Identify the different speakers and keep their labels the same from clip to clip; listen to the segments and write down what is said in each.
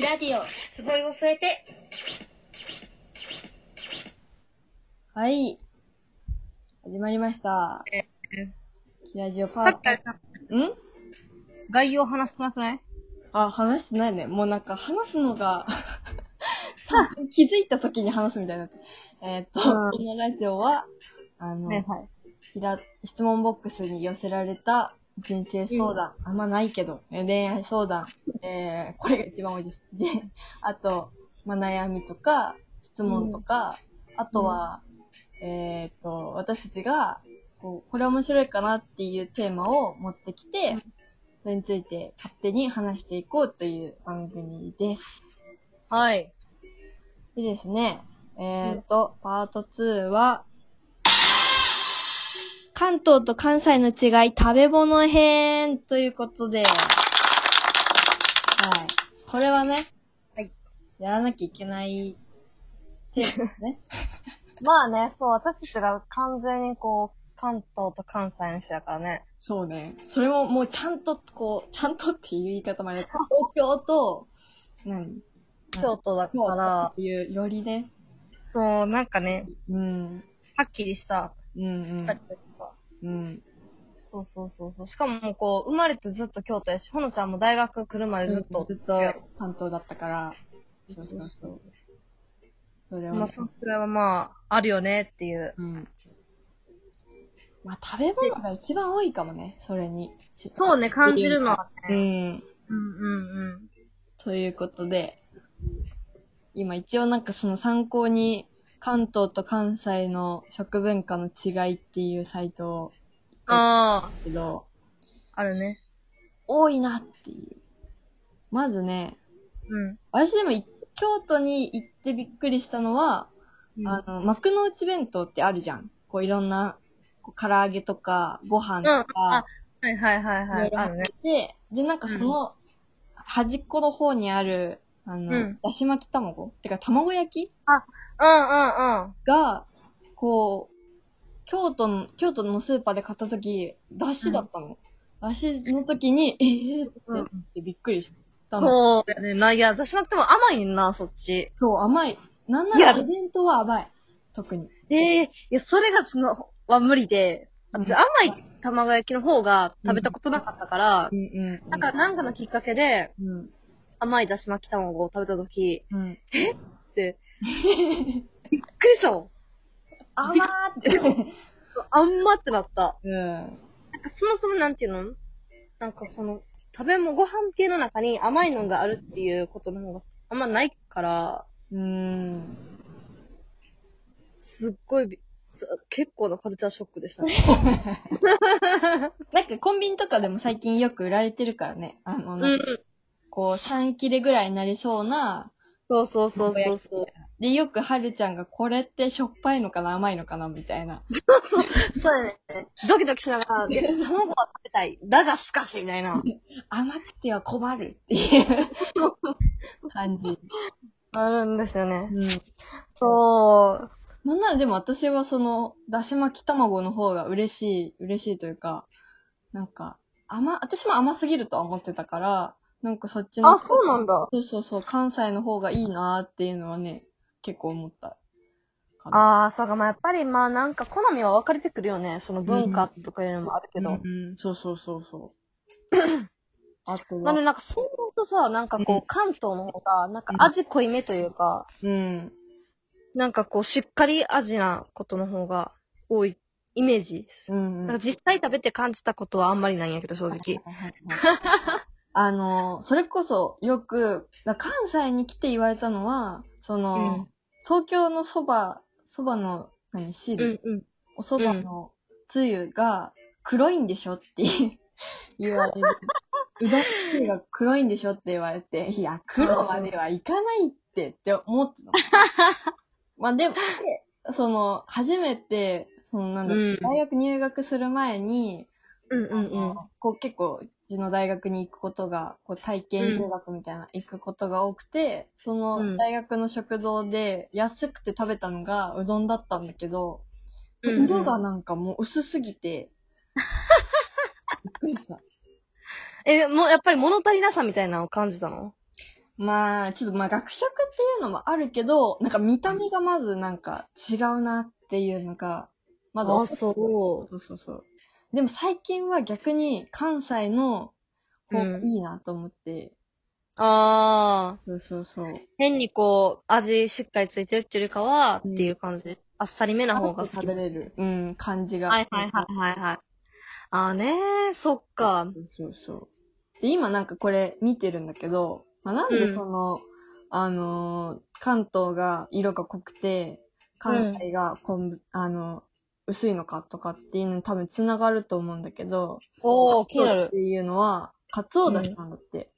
Speaker 1: ラディオ、すごいを添えて。
Speaker 2: はい。始まりました。
Speaker 3: え
Speaker 2: キラジオパ
Speaker 3: さ
Speaker 2: ー
Speaker 3: っきあれ
Speaker 2: ク。
Speaker 3: さ、
Speaker 2: ん
Speaker 3: 概要話してなくない
Speaker 2: あ、話してないね。もうなんか話すのが、 気づいた時に話すみたいになって。えーっと、
Speaker 3: うん
Speaker 2: このラジオは、あの、
Speaker 3: はい。
Speaker 2: キラ質問ボックスに寄せられた人生相談、あんまないけど、え恋愛相談、えー、これが一番多いです。で、あと、まあ、悩みとか、質問とか、あとは、えーっと、私たちが、こう、これ面白いかなっていうテーマを持ってきて、それについて勝手に話していこうという番組です。
Speaker 3: はい。
Speaker 2: でですね、えーっと、パート2は、関東と関西の違い、食べ物編ということで、はい。これはね、
Speaker 3: はい。
Speaker 2: やらなきゃいけない、テーマですね。
Speaker 3: まあね、そう、私たちが完全にこう、関東と関西の人だからね。
Speaker 2: そうね。それももうちゃんと、こう、ちゃんとっていう言い方まで、東京と、何
Speaker 3: 京都だか
Speaker 2: 京都
Speaker 3: ら
Speaker 2: っ、ていう、よりね、
Speaker 3: そう、なんかね、
Speaker 2: うん、
Speaker 3: はっきりした
Speaker 2: うん、
Speaker 3: 二人というか。
Speaker 2: うん、うん。
Speaker 3: そうそうそうそう。しかもこう、生まれてずっと京都やし、ほのちゃんも大学来るまでずっと。
Speaker 2: ずっと担当だったから。そうそうそう。それは、
Speaker 3: まあ、そのくらいはまあ、あるよねっていう。
Speaker 2: うん。まあ、食べ物が一番多いかもね、それに。
Speaker 3: そうね、感じるのは
Speaker 2: う
Speaker 3: ね。
Speaker 2: ん。
Speaker 3: うんうんうん。
Speaker 2: ということで、今一応なんかその参考に、関東と関西の食文化の違いっていうサイトを、
Speaker 3: あ
Speaker 2: けど、
Speaker 3: あ、あるね。
Speaker 2: 多いなっていう。まずね、
Speaker 3: うん。
Speaker 2: 私でもい京都に行ってびっくりしたのは、あの、幕の内弁当ってあるじゃん。こういろんな、こう唐揚げとか、ご飯
Speaker 3: うん
Speaker 2: と
Speaker 3: あ
Speaker 2: か、
Speaker 3: はいはいはいはいい。
Speaker 2: ろい
Speaker 3: あ
Speaker 2: ろ
Speaker 3: るね。
Speaker 2: で、で、なんかその、端っこの方にある、あの、
Speaker 3: うん
Speaker 2: だし巻き卵てか卵焼き
Speaker 3: うんうんうん。
Speaker 2: が、こう、京都の、京都のスーパーで買った時、だしだったの。だしの時に、えーって
Speaker 3: うん
Speaker 2: なってびっくりしたの。う。
Speaker 3: そうやね。ないや、私もでも甘いな、そっち。
Speaker 2: そう、甘い。なんないら
Speaker 3: や
Speaker 2: イベントは甘い。特に。
Speaker 3: ええいや、それがその、は無理で、私
Speaker 2: うん
Speaker 3: 甘い卵焼きの方が食べたことなかったから、
Speaker 2: んうん
Speaker 3: なんか、なんかのきっかけで、
Speaker 2: うん。
Speaker 3: 甘いだし巻き卵を食べた時
Speaker 2: うん。
Speaker 3: って、びっくりしたもん。
Speaker 2: 甘ー って。
Speaker 3: あんまってなった。
Speaker 2: うん。
Speaker 3: なんかそもそもなんていうのなんかその、食べもご飯系の中に甘いのがあるっていうことの方があんまないから、
Speaker 2: うーん。
Speaker 3: すっごいび、そ結構なカルチャーショックでしたね。
Speaker 2: なんかコンビニとかでも最近よく売られてるからね。あの、
Speaker 3: う
Speaker 2: なん
Speaker 3: ん
Speaker 2: か。こう3切れぐらいになりそうな。
Speaker 3: そうそうそうそうそう。
Speaker 2: で、よくはるちゃんがこれってしょっぱいのかな甘いのかなみたいな。
Speaker 3: そうやね。ドキドキしながら、いや卵は食べたい。だがしかし、みたいな。
Speaker 2: 甘くては困るっていう感じ。
Speaker 3: あるんですよね。
Speaker 2: うん。
Speaker 3: そう。
Speaker 2: なんならでも私はその、だし巻き卵の方が嬉しい、嬉しいというか、なんか、甘、私も甘すぎるとは思ってたから、なんかそっちの。
Speaker 3: あ、そうなんだ。
Speaker 2: そうそうそう、関西の方がいいなーっていうのはね、結構思った。かな
Speaker 3: ああ、そうか。まあ、やっぱり、まあ、なんか、好みは分かれてくるよね。その文化とかいうのもあるけど。
Speaker 2: うんうん、そうそうそう そう。あと
Speaker 3: なの
Speaker 2: は、
Speaker 3: で、なんか、そう思うとさ、なんか
Speaker 2: う
Speaker 3: こ
Speaker 2: ん
Speaker 3: う、関東の方が、なんか、味濃いめというか、
Speaker 2: うん。
Speaker 3: なんかこう、しっかり味なことの方が多いイメージ。
Speaker 2: うん、
Speaker 3: なん
Speaker 2: う
Speaker 3: か
Speaker 2: ん。
Speaker 3: 実際食べて感じたことはあんまりないんやけど、正直。
Speaker 2: あの、それこそよく、だ関西に来て言われたのは、その、
Speaker 3: うん
Speaker 2: 東京のそば、そばの、何、汁、
Speaker 3: うん。
Speaker 2: おそばのつゆが黒いんでしょって言われる。うどんつゆが黒いんでしょって言われて、いや、黒まではいかないってって思ってた の。まあでも、でその、初めて、そのなんだ、
Speaker 3: うん
Speaker 2: 大学入学する前に、
Speaker 3: うんうん
Speaker 2: あのこう結構、うちの大学に行くことが、こう体験留学みたいな、行くことが多くて、そ
Speaker 3: うん
Speaker 2: の大学の食堂で安くて食べたのがうどんだったんだけど、
Speaker 3: うんうん
Speaker 2: 色がなんかもう薄すぎ て、びっくりした。
Speaker 3: え、もうやっぱり物足りなさみたいなのを感じたの
Speaker 2: まあ、ちょっとまあ学食っていうのもあるけど、なんか見た目がまずなんか違うなっていうのが、まだ
Speaker 3: あ、そう。
Speaker 2: そうそうそう。でも最近は逆に関西の方がいいなと思って。
Speaker 3: ああ、
Speaker 2: そうそうそう。
Speaker 3: 変にこう、味しっかりついてるっていうよりかは、
Speaker 2: うん
Speaker 3: っていう感じ。あっさりめな方が好
Speaker 2: 食
Speaker 3: き。
Speaker 2: べ
Speaker 3: はい
Speaker 2: れる。うん、感じが。
Speaker 3: はいはいはいはい。ああねー、そっか。
Speaker 2: そうそう。で、今なんかこれ見てるんだけど、まあ、なんでその、あのー関東が色が濃くて、関西がこん、あの、薄いのかとかっていうのに多分つながると思うんだけど、
Speaker 3: おー、気に
Speaker 2: 関
Speaker 3: な
Speaker 2: 東っ
Speaker 3: る
Speaker 2: て。いうのは、カツオだしなんだって。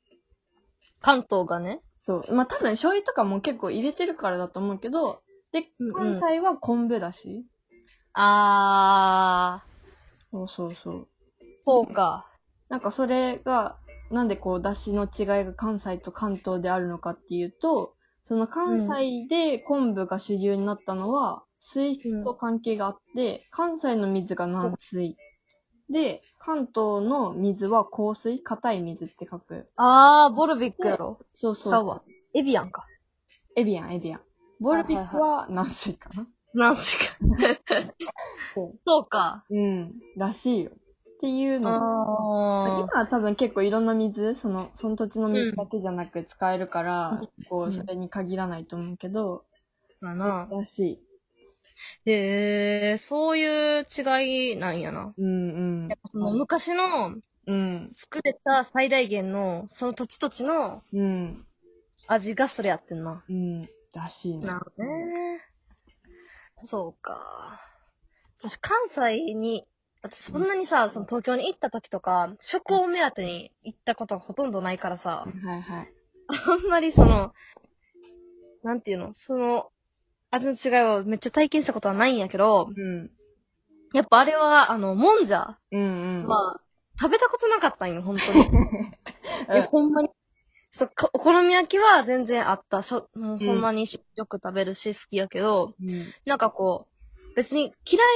Speaker 3: 関東がね。
Speaker 2: そう。まあ、多分醤油とかも結構入れてるからだと思うけど、で
Speaker 3: う、んう
Speaker 2: 関
Speaker 3: ん
Speaker 2: 西は昆布だし。
Speaker 3: あ
Speaker 2: そうそうそう。
Speaker 3: ー、そうか。
Speaker 2: なんかそれが、なんでこう、出汁の違いが関西と関東であるのかっていうと、その関西で昆布が主流になったのは、水質と関係があって、関西の水が軟水。で、関東の水は硬水硬い水って書く。
Speaker 3: あー、ボルビックやろ。
Speaker 2: そうそう
Speaker 3: ちゃうわ。エビアンか。
Speaker 2: エビアン、エビアン。ボルビックは軟水かな。
Speaker 3: なんすか。 そうか。
Speaker 2: うん。らしいよ。っていうのが
Speaker 3: あ
Speaker 2: 今は多分結構いろんな水、その、その土地の水だけじゃなく使えるから、こ
Speaker 3: うん
Speaker 2: う、それに限らないと思うけど、
Speaker 3: ー、だな。
Speaker 2: らし
Speaker 3: へえ、そういう違いなんやな。
Speaker 2: い。うんうん
Speaker 3: やっぱその。昔の
Speaker 2: うん。
Speaker 3: 作れた最大限の、その土地土地の
Speaker 2: うん。
Speaker 3: 味がそれやってんな。
Speaker 2: うん。らしいね。
Speaker 3: なるほどね。そうか。私、関西に、私そんなにさ、その東京に行った時とか、食を目当てに行ったことがほとんどないからさ、
Speaker 2: はいはい。
Speaker 3: あんまりその、なんていうの、その、味の違いをめっちゃ体験したことはないんやけど、
Speaker 2: うん。
Speaker 3: やっぱあれは、あの、もんじゃ
Speaker 2: うんうん。
Speaker 3: まあ、食べたことなかったんよ、本当に。
Speaker 2: うん
Speaker 3: え、ほんまに。そう、かお好み焼きは全然あった。しょ
Speaker 2: う
Speaker 3: もう
Speaker 2: ん
Speaker 3: ほんまにしよく食べるし好きやけど、
Speaker 2: うん
Speaker 3: なんかこう、別に嫌い、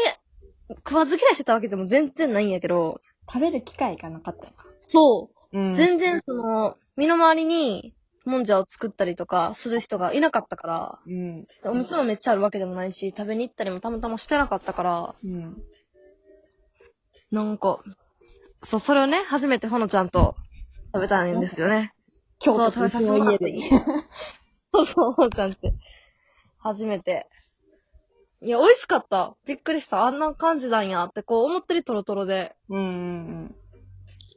Speaker 3: 食わず嫌いしてたわけでも全然ないんやけど、
Speaker 2: 食べる機会がなかったのか。
Speaker 3: そうう、
Speaker 2: ん
Speaker 3: 全然その、身の回りに、もんじゃを作ったりとかする人がいなかったか
Speaker 2: うん。
Speaker 3: ら、お店もめっちゃあるわけでもないし、食べに行ったりもたまたましてなかったから、
Speaker 2: うん。
Speaker 3: なんか、そう、それをね、初めてほのちゃんと食べたんですよね。
Speaker 2: 京
Speaker 3: そ
Speaker 2: 都
Speaker 3: う食べさせてもらっていい
Speaker 2: 家
Speaker 3: そうそう、 ほのちゃんって。初めて。いや、美味しかった。びっくりした。あんな感じなんやって、こう、思ったよりトロトロで。
Speaker 2: うんうんうん。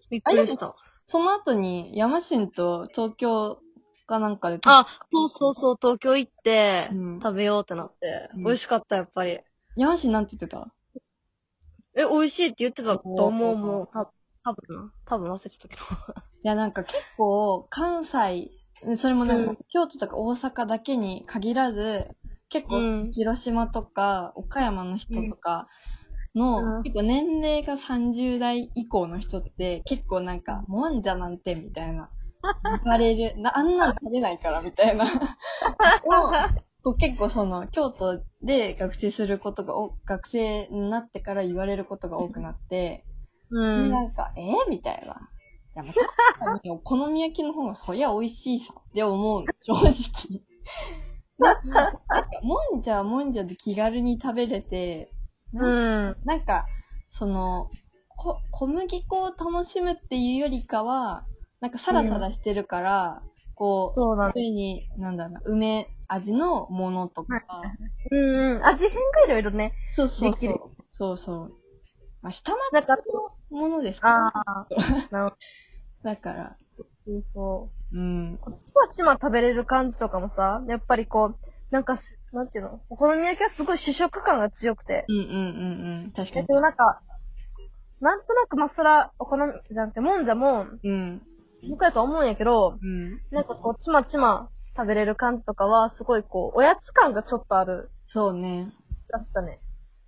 Speaker 3: びっくりした。
Speaker 2: その後に、山新と東京かなんかで、
Speaker 3: あ、そうそうそう、東京行って
Speaker 2: うん、
Speaker 3: 食べようってなって。
Speaker 2: うん
Speaker 3: 美味しかった、やっぱり。え、
Speaker 2: 山新なんて言ってた
Speaker 3: 美味しいって言ってたと思
Speaker 2: お
Speaker 3: う、
Speaker 2: ー
Speaker 3: もう。た、多分な。多分忘れてたけど。
Speaker 2: いや、なんか結構、関西、それもなんか、
Speaker 3: うん
Speaker 2: 京都とか大阪だけに限らず、結
Speaker 3: うん
Speaker 2: 構、広島とか、岡山の人とか
Speaker 3: う
Speaker 2: の、
Speaker 3: ん
Speaker 2: 結構年齢が30代以降の人って、結構なんか、もんじゃなんて、みたいな。言われる。 なあんなの食べないから、みたい な。をこう結構その、京都で学生することが多、学生になってから言われることが多くなって、
Speaker 3: う。
Speaker 2: でなんんか、えーみたいな。いや、まあ確かにお好み焼きの方がそりゃ美味しいさって思うの、正直。なんか、なんかもんじゃはもんじゃで気軽に食べれて、
Speaker 3: うん。
Speaker 2: なんか、その、こ小麦粉を楽しむっていうよりかは、なんかサラサラしてるから、こう、
Speaker 3: そうだね。
Speaker 2: 上に、なんだろうな、梅味のものとか、
Speaker 3: うんうん。味変がいろいろね。
Speaker 2: そうそう
Speaker 3: でき
Speaker 2: そ
Speaker 3: る
Speaker 2: う。そうそう。まあ、下町
Speaker 3: なんか、
Speaker 2: のものですから、
Speaker 3: ああ。なる
Speaker 2: だから、
Speaker 3: ほど。そう。
Speaker 2: うん。
Speaker 3: ちまちま食べれる感じとかもさ、やっぱりこう、なんかし、なんていうのお好み焼きはすごい主食感が強くて。
Speaker 2: うんうんうんうん。確か
Speaker 3: だ
Speaker 2: に
Speaker 3: け。どなんか、なんとなくまあそら、お好みじゃなくて、もんじゃも、
Speaker 2: うん。
Speaker 3: そこやとは思うんやけど、
Speaker 2: うん。
Speaker 3: なんかこう、ちまちま食べれる感じとかは、すごいこう、おやつ感がちょっとある。
Speaker 2: そうね。
Speaker 3: 出したね。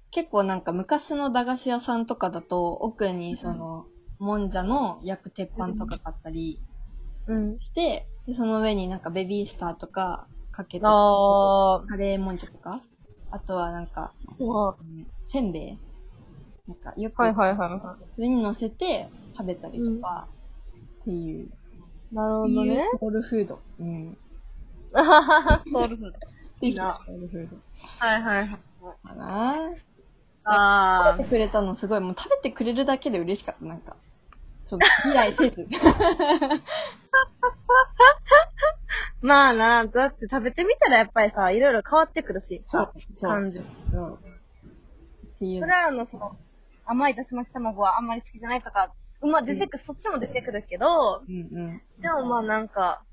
Speaker 2: 結構なんか昔の駄菓子屋さんとかだと、奥にその、もんじゃの焼く鉄板とか買ったり
Speaker 3: うん。
Speaker 2: して、で、その上になんかベビースターとかかけて、カ
Speaker 3: あー。
Speaker 2: レーもんじゃとか、あとはなんか、
Speaker 3: は
Speaker 2: うんせんべいなんか、よく、
Speaker 3: いはいはいは
Speaker 2: それに乗せて食べたりとか、っていう。
Speaker 3: い。
Speaker 2: なるほど ね。ソウルフード。うん。
Speaker 3: ソウルフード。
Speaker 2: いいな。ソウルフード。
Speaker 3: はいはいはい。
Speaker 2: かなぁ
Speaker 3: あ
Speaker 2: 食べてくれたのすごい、もう食べてくれるだけで嬉しかった、なんか。 ちょっと、依頼せず。
Speaker 3: ー。 まあな、だって食べてみたらやっぱりさ、いろいろ変わってくるし、さ、
Speaker 2: そう。
Speaker 3: 感情。
Speaker 2: そう。っていう
Speaker 3: それはあの、その、甘いだし巻き卵はあんまり好きじゃないとか、まあ出てく、そっちも出てくるけど、
Speaker 2: うん
Speaker 3: でもまあなんか、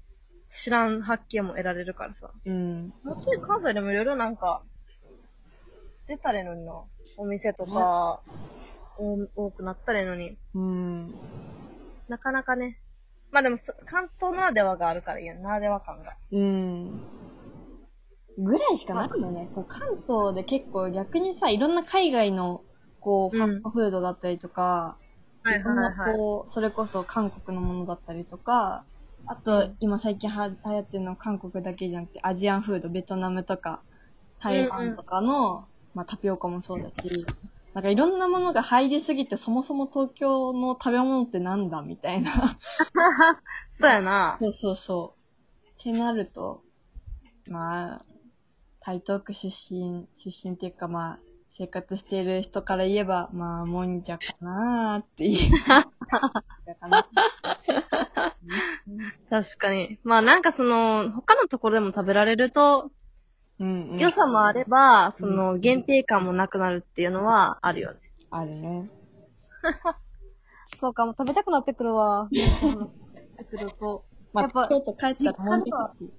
Speaker 3: 知らん発見も得られるからさ。
Speaker 2: うん。うん。
Speaker 3: もちろん関西でもいろいろなんか、出たらいいのにな。お店とか、お多くなったらいいのに。
Speaker 2: うん。
Speaker 3: なかなかね。まあでもそ、関東ならではがあるからいいよ。ならでは感が。
Speaker 2: うん。ぐらいしかないもんね。こう関東で結構逆にさ、いろんな海外の、こう、フ
Speaker 3: うん
Speaker 2: ァストフードだったりとか、いろんな
Speaker 3: こ
Speaker 2: こう、それこそ韓国のものだったりとか、あと、今最近は流行ってるのは韓国だけじゃなくて、アジアンフード、ベトナムとか、台湾とかの、まあタピオカもそうだし、なんかいろんなものが入りすぎて、そもそも東京の食べ物ってなんだみたいな。
Speaker 3: うそうやな。
Speaker 2: そうそうそう。ってなると、まあ、台東区出身、出身っていうかまあ、生活している人から言えば、まあ、もんじゃかなーって いう。もんじゃかな
Speaker 3: 確かに。まあなんかその、他のところでも食べられると、
Speaker 2: うん、うん。
Speaker 3: 良さもあれば、その、限定感もなくなるっていうのはあるよね。
Speaker 2: あるね。
Speaker 3: そうか、もう食べたくなってくるわ。
Speaker 2: ま
Speaker 3: やっぱ
Speaker 2: あ、京都帰ったらもんじゃかっていう。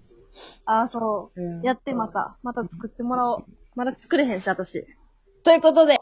Speaker 3: ああ、そう。
Speaker 2: うん
Speaker 3: やってまた、また作ってもらおう。まだ作れへんし、私。
Speaker 2: ということで、